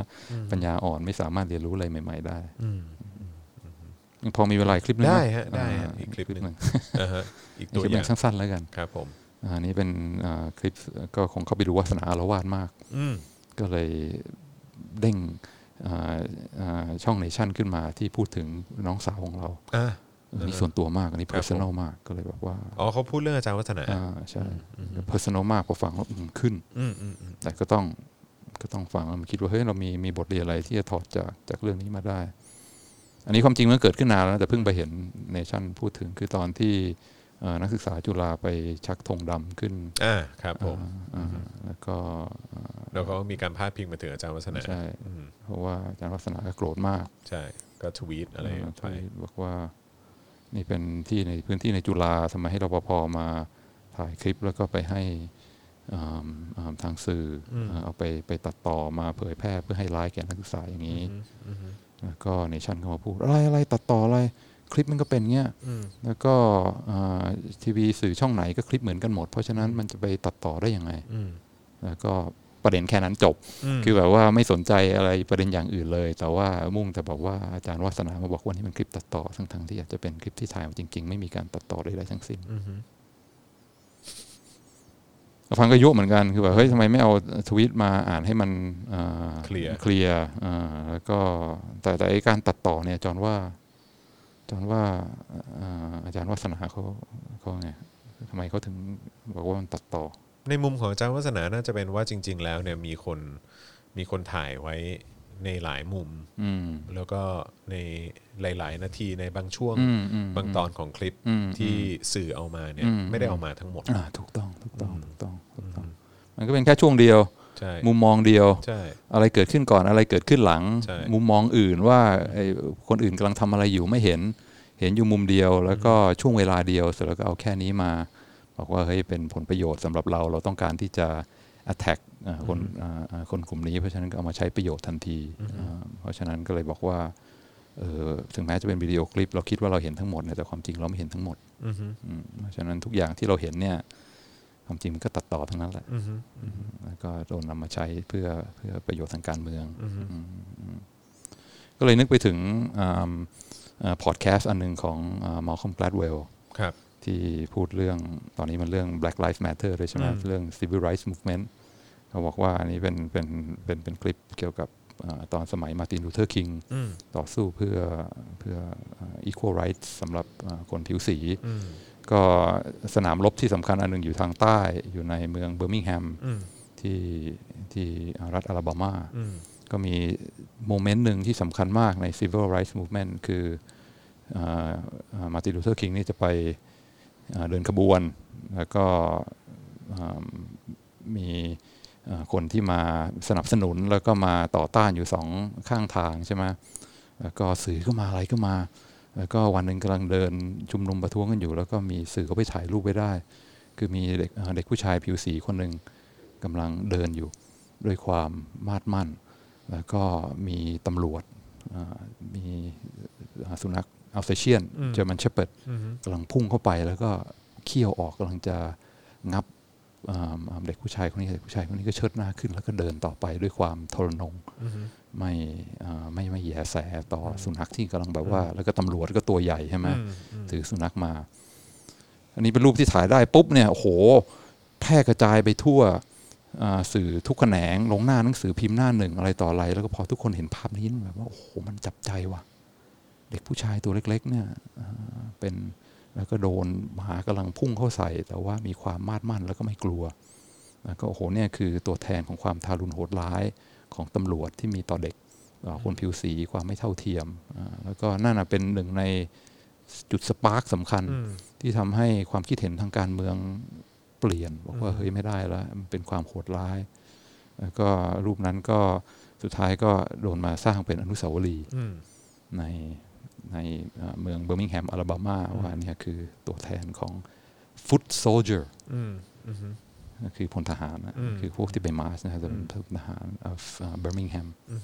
Speaker 2: ปัญญาอ่อนไม่สามารถเรียนรู้อะไรใหม่ ๆ ได้
Speaker 1: อืม
Speaker 2: พอมีเวลาอีกคลิปหนึง
Speaker 1: ได้
Speaker 2: น
Speaker 1: ฮะได้ฮะ
Speaker 2: า
Speaker 1: อีกคลิปหนึ่ง อ่าฮะอีก
Speaker 2: อี
Speaker 1: ตั
Speaker 2: ก
Speaker 1: ว
Speaker 2: คลิป
Speaker 1: อ
Speaker 2: ห
Speaker 1: ย่า
Speaker 2: นึ่
Speaker 1: ง
Speaker 2: งสั้นๆแล้วกัน
Speaker 1: ครับผม
Speaker 2: อ่าอันนี้เป็นอ่าคลิปก็คงเข้าไปดูวาสนาอารวาสมาก
Speaker 1: อืม
Speaker 2: ก็เลยเด้งอ่าอ่าช่องเนชั่นขึ้นมาที่พูดถึงน้องสาวของเรา
Speaker 1: อ่ะ
Speaker 2: อันนี้ส่วนตัวมากอันนี้
Speaker 1: ค
Speaker 2: เพ
Speaker 1: รัผ
Speaker 2: อบ
Speaker 1: ม
Speaker 2: ร์ซันอลมากก็เลยแบบว่า
Speaker 1: อ๋อเขาพูดเรื่องอาจารย์วัฒนา
Speaker 2: อ่าใช่
Speaker 1: อืม
Speaker 2: เพอร์ซันอลมากพอฟังแล้วอืมขึ้น
Speaker 1: อืมอืมอืม
Speaker 2: แต่ก็ต้องก็ต้องฟังแล้วมันคิดว่าเฮ้ยเรามีมีบทเรียนอะไรที่จะถอดจากจากเรื่องนี้มาได้ อันนี้ความจริงมันเกิดขึ้นนานแล้วนะแต่เพิ่งไปเห็นเนชั่นพูดถึงคือตอนที่เอ่อนักศึกษาจุฬาไปชักธงดำขึ้น
Speaker 1: อ่าครับผม
Speaker 2: อ่าอ่าแล้วก็อ่า
Speaker 1: แล้วเขาก็มีการพาดพิงมาถึงอาจารย์วัฒนา
Speaker 2: ใช่
Speaker 1: อืม
Speaker 2: เพราะว่าอาจารย์วัฒนาก็โกรธมาก
Speaker 1: ใช่ก็ทวีตอะไร
Speaker 2: เอ่อ
Speaker 1: ไป
Speaker 2: ที่บอกว่า นี่เป็นที่ในพื้นที่ในจุฬาทำไมให้รปภมาถ่ายคลิปแล้วก็ไปให้อ่าอ่าทางสื่ออเอ่อเอาไปไปตัดต่อมาเผยแพร่เพื่อให้ร้ายแก่นักศึกษาอย่างนี้
Speaker 1: อืมอืม
Speaker 2: แล้วก็เนชั่นเข้ามาพูดอะไรอะไรตัดต่ออะไรคลิปมันก็เป็นเงี้ย
Speaker 1: อืม
Speaker 2: แล้วก็ทีวีสื่อช่องไหนก็คลิปเหมือนกันหมด เพราะฉะนั้นมันจะไปตัดต่อได้ยังไง
Speaker 1: อืม
Speaker 2: แล้วก็ประเด็นแค่นั้นจบ
Speaker 1: ม
Speaker 2: คือแบบว่าไม่สนใจอะไรประเด็นอย่างอื่นเลย แต่ว่ามุ่งแต่บอกว่าอาจารย์วัฒนามาบอกว่านี่มันคลิปตัดต่อทั้งๆที่อาจจะเป็นคลิปที่ถ่ายมาจริง ๆ ไม่มีการตัดต่อใดๆทั้งสิ้น
Speaker 1: อืม
Speaker 2: ฟังก็ยุเหมือนกันคือแบบเฮ้ยทำไมไม่เอาทวีตมาอ่านให้มันอ่าเคลียร์อ่าแล้วก็แต่แต่ไอ้การตัดต่อเนี่ยจอนว่า จอนว่าอ่าอาจารย์วัฒนาเขาเขาไงทำไมเขาถึงบอกว่ามันตัดต่อ
Speaker 1: ในมุมของอาจารย์วัฒนาน่าจะเป็นว่าจริง ๆ แล้วเนี่ยมีคนมีคนถ่ายไว้ในหลายมุม
Speaker 2: อืม
Speaker 1: แล้วก็ในหลาย ๆ นาทีในบางช่วง
Speaker 2: อืมอืม
Speaker 1: บางตอนของคลิป
Speaker 2: อืมอืม
Speaker 1: ที่สื่อเอามาเนี่ย
Speaker 2: อืม
Speaker 1: ไม่ได้เอามาทั้งหมด
Speaker 2: อ่าถูกต้องถูกต้อง
Speaker 1: อืม
Speaker 2: ถูกต้องถูกต้อง มันก็เป็นแค่ช่วงเดียว
Speaker 1: ใช่
Speaker 2: มุมมองเดียว
Speaker 1: ใช่
Speaker 2: อะไรเกิดขึ้นก่อนอะไรเกิดขึ้นหลัง
Speaker 1: ใช่
Speaker 2: มุมมองอื่นว่าไอ้คนอื่นกำลังทำอะไรอยู่ไม่เห็น เห็นอยู่มุมเดียว แล้วก็ช่วงเวลาเดียวเสร็จแล้วก็เอาแค่นี้มา บอกว่าเฮ้ยเป็นผลประโยชน์สำหรับเราเราต้องการที่จะ attack อ่าคนอ่าอ่าคนกลุ่มนี้ เพราะฉะนั้นก็เอามาใช้ประโยชน์ทันทีอ่าเพราะฉะนั้นก็เลยบอกว่าเออถึงแม้จะเป็นวิดีโอคลิป เราคิดว่าเราเห็นทั้งหมดเนี่ยแต่ความจริงเราไม่เห็นทั้งหมด
Speaker 1: อือฮึ
Speaker 2: อืมเพราะฉะนั้นทุกอย่างที่เราเห็นเนี่ยความจริงมันก็ตัดต่อทั้งนั้นแหละ
Speaker 1: อือฮึ
Speaker 2: แล้วก็โดนนำมาใช้เพื่อเพื่อประโยชน์ทางการเมือง
Speaker 1: อือฮึ
Speaker 2: อืมอืมก็เลยนึกไปถึงพอดแคสต์อันหนึงของมอลคอมแกลดเวล
Speaker 1: ครับ
Speaker 2: ที่พูดเรื่องตอนนี้มันเรื่อง Black Lives Matter ด้วยใช่ไหม
Speaker 1: อืม
Speaker 2: เรื่อง Civil Rights Movement เขาบอกว่าอันนี้เป็นเป็นเป็นเป็นคลิปเกี่ยวกับ เอ่อตอนสมัยมาตินลูเทอร์คิง
Speaker 1: อืม
Speaker 2: ต่อสู้เพื่อเพื่อเอ่อ equal rights สำหรับเอ่อคนผิวสี
Speaker 1: อืม
Speaker 2: ก็สนามรบที่สำคัญอันหนึงอยู่ทางใต้อยู่ในเมืองเบอร์มิงแฮม
Speaker 1: อืม
Speaker 2: ที่ที่รัฐอลาบามา
Speaker 1: อืม
Speaker 2: ก็มีโมเมนต์หนึ่งที่สำคัญมากใน Civil Rights Movement คือมาตินลูเทอร์คิงนี่จะไปเอ่อเดินขบวน แล้วก็อ่ามีเอ่อคนที่มาสนับสนุนแล้วก็มาต่อต้านอยู่สองข้างทางใช่ไหมแล้วก็สื่อก็มาอะไรก็มา แล้วก็วันหนึ่งกำลังเดินชุมนุมประท้วงกันอยู่ แล้วก็มีสื่อเขาไปถ่ายรูปไว้ได้ คือมีเด็กเอ่อเด็กผู้ชายผิวสีคนหนึ่งกำลังเดินอยู่ด้วยความมาดมั่น แล้วก็มีตำรวจอ่ามีอ่าสุนัขอัลเซเชียนเจอร์มันเช p เปิร์ด
Speaker 1: อืม
Speaker 2: กำลังพุ่งเข้าไปแล้วก็เคี่ยวออกกำลังจะงับอ่าเด็กผู้ชายคนนี้เด็กผู้ชายคนนี้ก็เชิดหน้าขึ้น แล้วก็เดินต่อไปด้วยความทรนง
Speaker 1: อืม
Speaker 2: ไม่อ่าไม่ไม่แยแสต่อสุนัขที่กำลังแบบว่า แล้วก็ตำรวจก็ตัวใหญ่ใช่ไหม ถือสุนัขมา อันนี้เป็นรูปที่ถ่ายได้ปุ๊บเนี่ยโอ้โห แพร่กระจายไปทั่วอ่าสื่อทุกแขนงลงหน้าหนังสือพิมพ์หน้าหนึ่งอะไรต่ออะไร แล้วก็พอทุกคนเห็นภาพนี้มันแบบว่าโอ้โหมันจับใจว่ะ เด็กผู้ชายตัวเล็ก ๆ เนี่ยอ่าเป็นแล้วก็โดนหมากำลังพุ่งเข้าใส่ แต่ว่ามีความมาดมั่นแล้วก็ไม่กลัว แล้วก็โอ้โหเนี่ยคือตัวแทนของความทารุณโหดร้ายของตำรวจที่มีต่อเด็กต่อคนผิวสีความไม่เท่าเทียมอ่าแล้วก็นั่นนะเป็นหนึ่งในจุดสปาร์คสำคัญ
Speaker 1: อืม
Speaker 2: ที่ทำให้ความคิดเห็นทางการเมืองเปลี่ยน บอกว่า
Speaker 1: อืม
Speaker 2: เฮ้ยไม่ได้แล้วมันเป็นความโหดร้าย แล้วก็รูปนั้นก็สุดท้ายก็โดนมาสร้างเป็นอนุสาวรีย์
Speaker 1: อืม
Speaker 2: ในในเอ่อเมืองเบอร์มิงแฮม อลาบามา
Speaker 1: อืม
Speaker 2: ว่าเนี่ยคือตัวแทนของ foot soldier
Speaker 1: อืมอืม
Speaker 2: ก็คือพลทหารนะ
Speaker 1: อืม
Speaker 2: คือพวกที่ไปมาร์ชนะครับจะเป็น
Speaker 1: อืม
Speaker 2: พลทหารเบอร์มิงแฮม
Speaker 1: อืม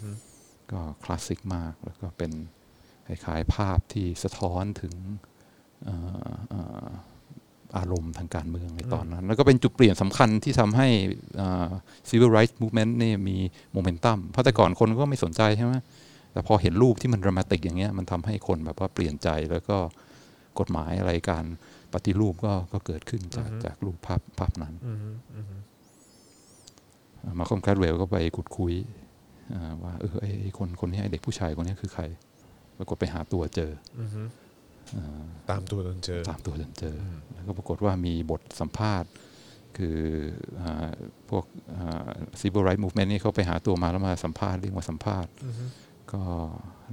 Speaker 2: ก็คลาสสิกมาก แล้วก็เป็นคล้ายๆภาพที่สะท้อนถึงเอ่อเอ่ออารมณ์ทางการเมืองในตอนนั้น แล้วก็เป็นจุดเปลี่ยนสำคัญที่ทำให้เอ่อ civil rights movement นี่มีโมเมนตัมเพราะแต่ก่อนคนก็ไม่สนใจใช่ไหมแต่พอเห็นรูปที่มันดรามาติกอย่างเงี้ยมันทำให้คนแบบว่าเปลี่ยนใจแล้วก็กฎหมายอะไรการปฏิรูปก็ก็เกิดขึ้นจาก
Speaker 1: อือฮึ
Speaker 2: จากรูปภาพภาพนั้น
Speaker 1: อืมอืม
Speaker 2: มาคอมแคดเวลก็ไปขุดคุยอ่าว่าเออไอไอ้คนคนนี้ไอ้เด็กผู้ชายคนนี้คือใคร ปรากฏไปหาตัวเจอ
Speaker 1: อืม
Speaker 2: อ่า
Speaker 1: ตามตัวจนเจอ
Speaker 2: ตามตัวจนเจอ
Speaker 1: อืม
Speaker 2: แล้วก็ปรากฏว่ามีบทสัมภาษณ์ คืออาพวกซีเบอร์ไรท์มูฟเมนต์นี่เขาไปหาตัวมาแล้วมาสัมภาษณ์เรียกมาสัมภาษณ์
Speaker 1: อืม
Speaker 2: ก็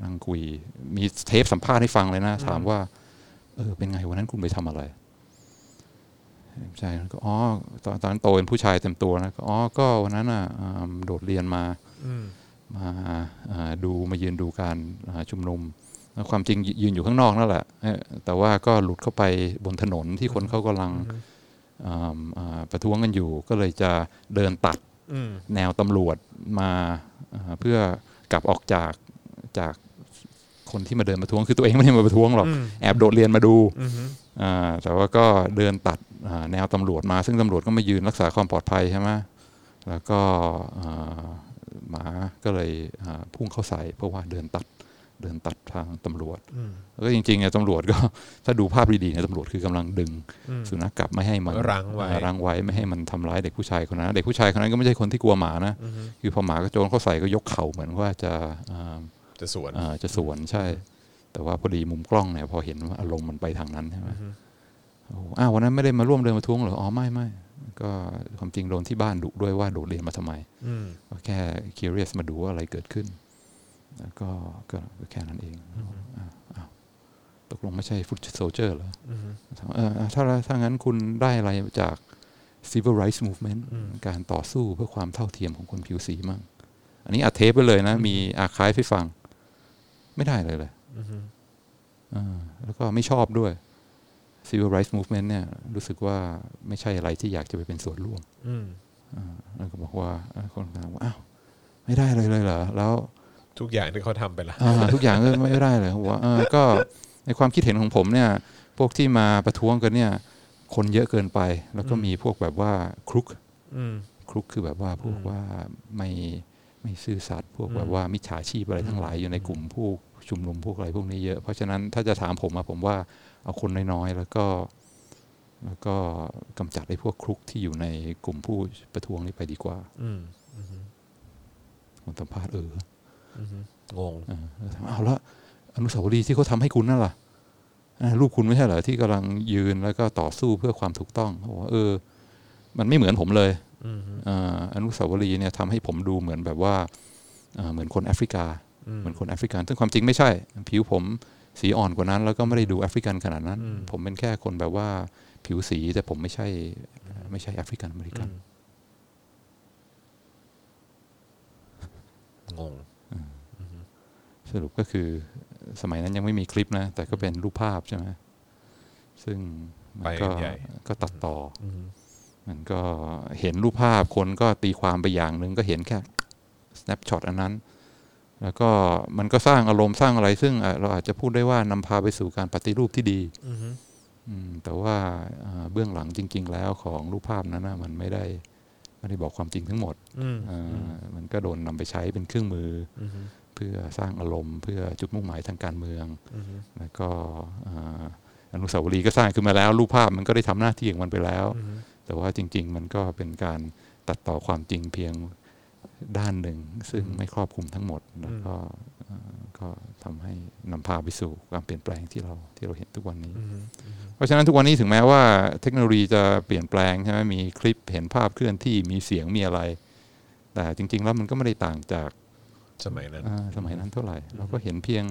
Speaker 2: นั่งคุย มีเทปสัมภาษณ์ให้ฟังเลยนะ
Speaker 1: อืม
Speaker 2: ถามว่า เออ เป็นไงวันนั้นคุณไปทำอะไรผู้ชายก็อ๋อตอนตอนนนโตเป็นผู้ชายเต็มตัวนะก็อ๋อก็วันนั้นอ่ะอ่าโดดเรียนมา
Speaker 1: อืม
Speaker 2: มาอ่าดูมายืนดูการอ่าชุมนุมแล้วความจริงยืยืนอยู่ข้างนอกนั่นแหละเอ่อแต่ว่าก็หลุดเข้าไปบนถนนที่คนเขากำลังอ่าอ่าประท้วงกันอยู่ ก็เลยจะเดินตัด
Speaker 1: อืม
Speaker 2: แนวตำรวจมาอ่าเพื่อกลับออกจากจากคนที่มาเดินประท้วงคือตัวเองไม่ได้มาประท้วงหรอก
Speaker 1: อืม
Speaker 2: แอบโดดเรียนมาดู
Speaker 1: อืม
Speaker 2: อ่าแต่ว่าก็เดินตัดอ่าแนวตำรวจมา ซึ่งตำรวจก็มายืนรักษาความปลอดภัยใช่ไหมแล้วก็อ่าหมาก็เลยอ่าพุ่งเข้าใส่เพราะว่าเดินตัดเดินตัดทางตำรวจ
Speaker 1: อืม
Speaker 2: แล้วก็จริงๆเนี่ยตำรวจก็ ถ้าดูภาพดีๆเนี่ยตำรวจคือกำลังดึง
Speaker 1: อืม
Speaker 2: สุนัขกลับไม่ให้มัน
Speaker 1: รั้งไว้
Speaker 2: อ่ารั้งไว้ไม่ให้มันทำร้ายเด็กผู้ชายคนนั้น เด็กผู้ชายคนนั้นก็ไม่ใช่คนที่กลัวหมานะ
Speaker 1: อืม
Speaker 2: คือพอหมากระโจนเข้าใส่ก็ยกเข่าเหมือนว่าจะอ่า
Speaker 1: จะสวน
Speaker 2: อ่าจะสวนใช่ แต่ว่าพอดีมุมกล้องเนี่ยพอเห็นว่าอารมณ์มันไปทางนั้นใช่ไหม
Speaker 1: อือฮึ
Speaker 2: โอ้โหอ้าววันนั้นไม่ได้มาร่วมเดินประท้วงเหรออ๋อไม่ไม่ก็ความจริงโดนที่บ้านดุด้วยว่าโดดเรียนมาทำไม
Speaker 1: อืม
Speaker 2: ก็แค่ curious มาดูว่าอะไรเกิดขึ้น แล้วก็ก็ก็แค่นั้นเอง
Speaker 1: อือฮึ
Speaker 2: อ้าวอ้าวตกลงไม่ใช่ฟุตโซเจอร์เหรอ
Speaker 1: อืม
Speaker 2: ถามว่าเออถ้าถ้างั้นคุณได้อะไรจาก civil rights movement
Speaker 1: อืม
Speaker 2: การต่อสู้เพื่อความเท่าเทียมของคนผิวสีมั่งอันนี้อัดเทปไปเลยนะ มีอาคายให้ฟัง ไม่ได้เลยเลย
Speaker 1: อืม
Speaker 2: อ่าแล้วก็ไม่ชอบด้วย Civil Rights Movement เนี่ยรู้สึกว่าไม่ใช่อะไรที่อยากจะไปเป็นส่วนร่วม
Speaker 1: อืม
Speaker 2: อ่าแล้วก็บอกว่าเอ่อคนถามว่าอ้าวไม่ได้เลยเลยเหรอแล้ว
Speaker 1: ทุกอย่างที่เขาทำไปละ
Speaker 2: อ่าทุกอย่างก็ไม่ได้เลยเขาบอกว่าเออก็ในความคิดเห็นของผมเนี่ย พวกที่มาประท้วงกันเนี่ย คนเยอะเกินไป แล้วก็มีพวกแบบว่าครุก
Speaker 1: อืม
Speaker 2: ครุกคือแบบว่าพวก
Speaker 1: อืม
Speaker 2: ว่าไม่ไม่ซื่อสัตย์พวก
Speaker 1: อืม
Speaker 2: แบบว่ามิจฉาชีพอะไรทั้งหลายอยู่ในกลุ่มผู้ชุมนุมพวกอะไรพวกนี้เยอะเพราะฉะนั้นถ้าจะถามผมอะผมว่า เอาคนน้อยๆ แล้วก็ แล้วก็กำจัดไอ้พวกครุกที่อยู่ในกลุ่มผู้ประท้วงนี่ไปดีกว่า
Speaker 1: ืมอืม
Speaker 2: ผมสัมภาษณ์เออ
Speaker 1: อือฮึงง
Speaker 2: เออแล้วถามเอาแล้วอนุสาวรีย์ที่เขาทำให้คุณนั่นล่ะอ่ารูปคุณไม่ใช่เหรอที่กำลังยืนแล้วก็ต่อสู้เพื่อความถูกต้องเขาบอกว่าเออ มันไม่เหมือนผมเลย
Speaker 1: อือฮึ
Speaker 2: เอ่ออนุสาวรีย์เนี่ยทำให้ผมดูเหมือนแบบว่าเอ่อเหมือนคนแอฟริกา เหมือนคนแอฟริกัน ซึ่งความจริงไม่ใช่ ผิวผมสีอ่อนกว่านั้น แล้วก็ไม่ได้ดูแอฟริกันขนาดนั้น
Speaker 1: อืม
Speaker 2: ผมเป็นแค่คนแบบว่าผิวสีแต่ผมไม่ใช่ไม่ใช่แอฟริกันอเมริกัน
Speaker 1: งง
Speaker 2: สรุปก็คือสมัยนั้นยังไม่มีคลิปนะ แต่ก็เป็นรูปภาพใช่ไหมซึ่งมั
Speaker 1: ไปกั
Speaker 2: ก็
Speaker 1: นใหญ่
Speaker 2: ก็ตัดต่อ
Speaker 1: อืม
Speaker 2: มันก็เห็นรูปภาพคนก็ตีความไปอย่างหนึ่งก็เห็นแค่ snapshot อันนั้น แล้วก็มันก็สร้างอารมณ์สร้างอะไร ซึ่งอ่ะเราอาจจะพูดได้ว่านำพาไปสู่การปฏิรูปที่ดี
Speaker 1: อืม
Speaker 2: อืมแต่ว่าอ่าเบื้องหลังจริง ๆ แล้วของรูปภาพนั้นนะมันไม่ได้ไม่ได้บอกความจริงทั้งหมด
Speaker 1: อืม
Speaker 2: อ่ามันก็โดนนำไปใช้เป็นเครื่องมือ
Speaker 1: อืม
Speaker 2: เพื่อสร้างอารมณ์เพื่อจุดมุ่งหมายทางการเมือง
Speaker 1: อืม
Speaker 2: แล้วก็อ่าอนุสาวรีย์ก็สร้างขึ้นมาแล้ว รูปภาพมันก็ได้ทำหน้าที่ของมันไปแล้ว แต่ว่าจริง ๆ มันก็เป็นการตัดต่อความจริงเพียงด้านหนึ่ง ซึ่ง
Speaker 1: อืม
Speaker 2: ไม่ครอบคลุมทั้งหมด แล้ว
Speaker 1: อืม
Speaker 2: ก็อ่าก็ทำให้นำพาไปสู่ความเปลี่ยนแปลงที่เราที่เราเห็นทุกวันนี้
Speaker 1: อืม
Speaker 2: เพราะฉะนั้นทุกวันนี้ถึงแม้ว่าเทคโนโลยีจะเปลี่ยนแปลงใช่ไหมมีคลิปเห็นภาพเคลื่อนที่มีเสียงมีอะไร แต่จริง ๆ แล้วมันก็ไม่ได้ต่างจาก
Speaker 1: สมัยนั้น
Speaker 2: อ่าสมัยนั้นเท่าไหร่ เราก็เห็นเพียง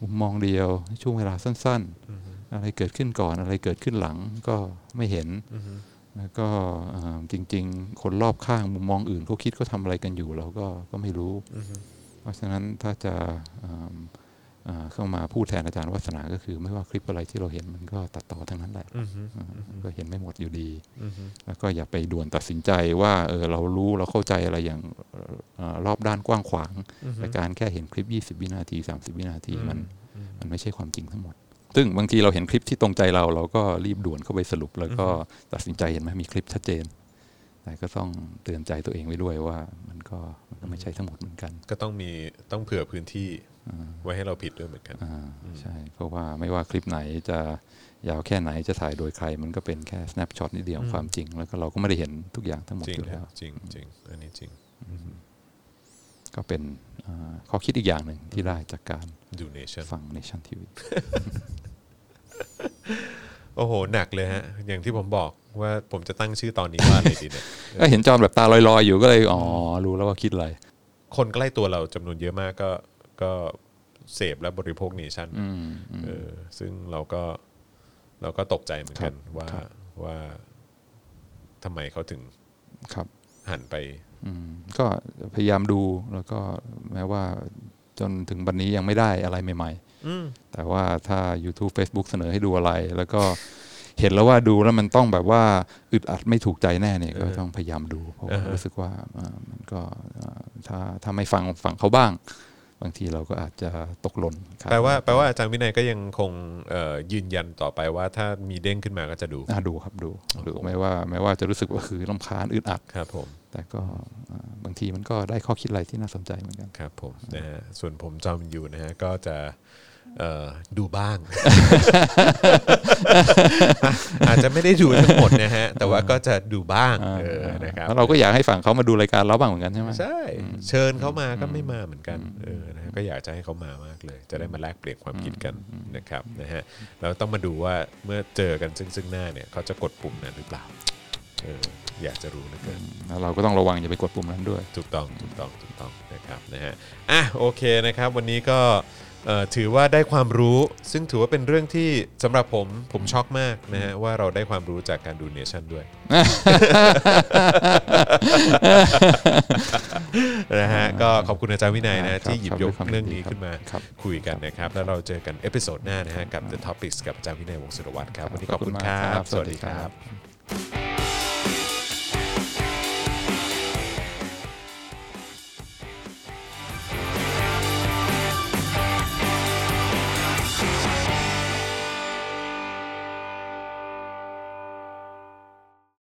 Speaker 2: มุมมองเดียวช่วงเวลาสั้น
Speaker 1: อืม
Speaker 2: ๆ อะไรเกิดขึ้นก่อนอะไรเกิดขึ้นหลังก็ไม่เห็น
Speaker 1: อืม
Speaker 2: แล้วก็อ่าจริง ๆ คนรอบข้างมุมมองอื่นเขาคิดเขาทำอะไรกันอยู่ เราก็ก็ไม่รู้
Speaker 1: อืม
Speaker 2: เพราะฉะนั้นถ้าจะอ่าอ่าเข้ามาพูดแทนอาจารย์วัฒนาก็คือ ไม่ว่าคลิปอะไรที่เราเห็นมันก็ตัดต่อทั้งนั้นแหละ
Speaker 1: อืม
Speaker 2: อ่าก็เห็นไม่หมดอยู่ดี
Speaker 1: อืม
Speaker 2: แล้วก็อย่าไปด่วนตัดสินใจว่าเออเรารู้เราเข้าใจอะไรอย่างเอ่อเอ่อรอบด้านกว้างขวาง แต่การแค่เห็นคลิป 20 วินาที 30 วินาทีมัน
Speaker 1: อืม
Speaker 2: มันไม่ใช่ความจริงทั้งหมด ซึ่งบางทีเราเห็นคลิปที่ตรงใจเรา เราก็รีบด่วนเข้าไปสรุป แล้วก็ตัดสินใจเห็นไหมมีคลิปชัดเจน แต่ก็ต้องเตือนใจตัวเองไว้ด้วยว่ามันก็มันก็ไม่ใช่ทั้งหมดเหมือนกัน
Speaker 1: ก็ต้องมีต้องเผื่อพื้นที่
Speaker 2: อ่า
Speaker 1: ไว้ให้เราผิดด้วยเหมือนกัน
Speaker 2: อ่าใช่ เพราะว่าไม่ว่าคลิปไหนจะยาวแค่ไหนจะถ่ายโดยใคร มันก็เป็นแค่ snapshot นิดเดียวของความจริง แล้วก็เราก็ไม่ได้เห็นทุกอย่างทั้งหมด
Speaker 1: จริง
Speaker 2: อยู่
Speaker 1: ค
Speaker 2: แล้
Speaker 1: รั
Speaker 2: ว
Speaker 1: บจริงจริงอันนี้จริง
Speaker 2: ก็เป็นเอ่อข้อคิดอีกอย่างหนึ่งที่ได้จากการ
Speaker 1: ดูเนชั่น
Speaker 2: ฟัง Nation TV
Speaker 1: โอ้โห หนักเลยฮะ อย่างที่ผมบอกว่าผมจะตั้งชื่อตอนนี้ว่าอะไรดี เนี่ย
Speaker 2: ก็เห็นจอมแบบตาลอยๆ อยู่ก็เลย อ๋อ รู้แล้วว่าคิดอะไร
Speaker 1: คนใกล้ตัวเราจำนวนเยอะมากก็ก็เสพและบริโภคเนชั่น
Speaker 2: อืมอืม
Speaker 1: เออซึ่งเราก็เราก็ตกใจเหมือนกันว่า
Speaker 2: ครับ
Speaker 1: ว่าทำไมเขาถึง
Speaker 2: ครับ
Speaker 1: หันไป
Speaker 2: อืมก็พยายามดูแล้วก็แม้ว่าจนถึงวันนี้ยังไม่ได้อะไรใหม่
Speaker 1: อืม
Speaker 2: ๆ แต่ว่าถ้า YouTube Facebook เสนอให้ดูอะไร แล้วก็เห็นแล้วว่าดูแล้วมันต้องแบบว่าอึดอัดไม่ถูกใจแน่เนี่ยก็
Speaker 1: อ่าฮะ
Speaker 2: ต้องพยายามดู เพราะ
Speaker 1: อ่า
Speaker 2: ว่า
Speaker 1: ฮะ
Speaker 2: รู้สึกว่าอ่ามันก็อ่าถ้าถ้าไม่ฟังฟังเขาบ้าง บางทีเราก็อาจจะตกหล่นครับ
Speaker 1: แปลว่าแปลว่าอาจารย์วินัยก็ยังคงเอ่อยืนยันต่อไปว่าถ้ามีเด้งขึ้นมาก็จะดู
Speaker 2: อ่าดูครับดูดูแม้ว่าแม้ว่าจะรู้สึกว่าคือลำคาญอึดอัด
Speaker 1: ครับผม
Speaker 2: แต่ก็อ่าบางทีมันก็ได้ข้อคิดอะไรที่น่าสนใจเหมือนกัน
Speaker 1: ครับผมนะฮะส่วนผมจอมอยู่นะฮะก็จะเอ่อดูบ้าง อาจจะไม่ได้ดูทั้งหมดนะฮะ แต่ว่าก็จะดูบ้างเออนะครับ
Speaker 2: แล้วเราก็อยากให้ฝั่งเขามาดูรายการเราบ้างเหมือนกันใช่ไหม
Speaker 1: ใช่เชิญเขามาก็ไม่มาเหมือนกันเออนะฮะก็อยากจะให้เขามามากเลย จะได้มาแลกเปลี่ยนความคิดกันนะครับนะฮะเราต้องมาดูว่าเมื่อเจอกันซึ่งซึ่งหน้าเนี่ยเขาจะกดปุ่มนั้นหรือเปล่าเอออยากจะรู้เหลือเกิน
Speaker 2: แล้วเราก็ต้องระวังอย่าไปกดปุ่มนั้นด้วย
Speaker 1: ถูกต้องถูกต้องถูกต้องนะครับนะฮะอ่ะโอเคนะครับ วันนี้ก็เอ่อถือว่าได้ความรู้ ซึ่งถือว่าเป็นเรื่องที่สำหรับผมผมช็อกมากนะฮะว่าเราได้ความรู้จากการดูเนชั่น ด้วย นะฮะก็ขอบคุณอาจารย์วินัยนะ
Speaker 2: ครั
Speaker 1: ฮะ
Speaker 2: บ
Speaker 1: ที่หยิบยกเรื่องนี้ขึ้นมา
Speaker 2: ครับ
Speaker 1: คุยกันนะครับ แล้วเราเจอกันเอพิโซดหน้านะฮะกับ The Topics กับอาจารย์วินัย วงศ์สุรวัตรครับ วันนี้ขอบคุณครั
Speaker 2: มาก
Speaker 1: บ สวัสดีครับ
Speaker 2: บ